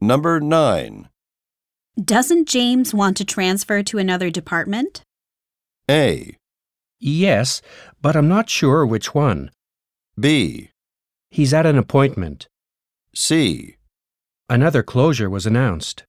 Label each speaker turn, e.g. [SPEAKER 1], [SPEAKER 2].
[SPEAKER 1] Number 9.
[SPEAKER 2] Doesn't James want to transfer to another department?
[SPEAKER 1] A.
[SPEAKER 3] Yes, but I'm not sure which one.
[SPEAKER 1] B.
[SPEAKER 3] He's at an appointment.
[SPEAKER 1] C.
[SPEAKER 3] Another closure was announced.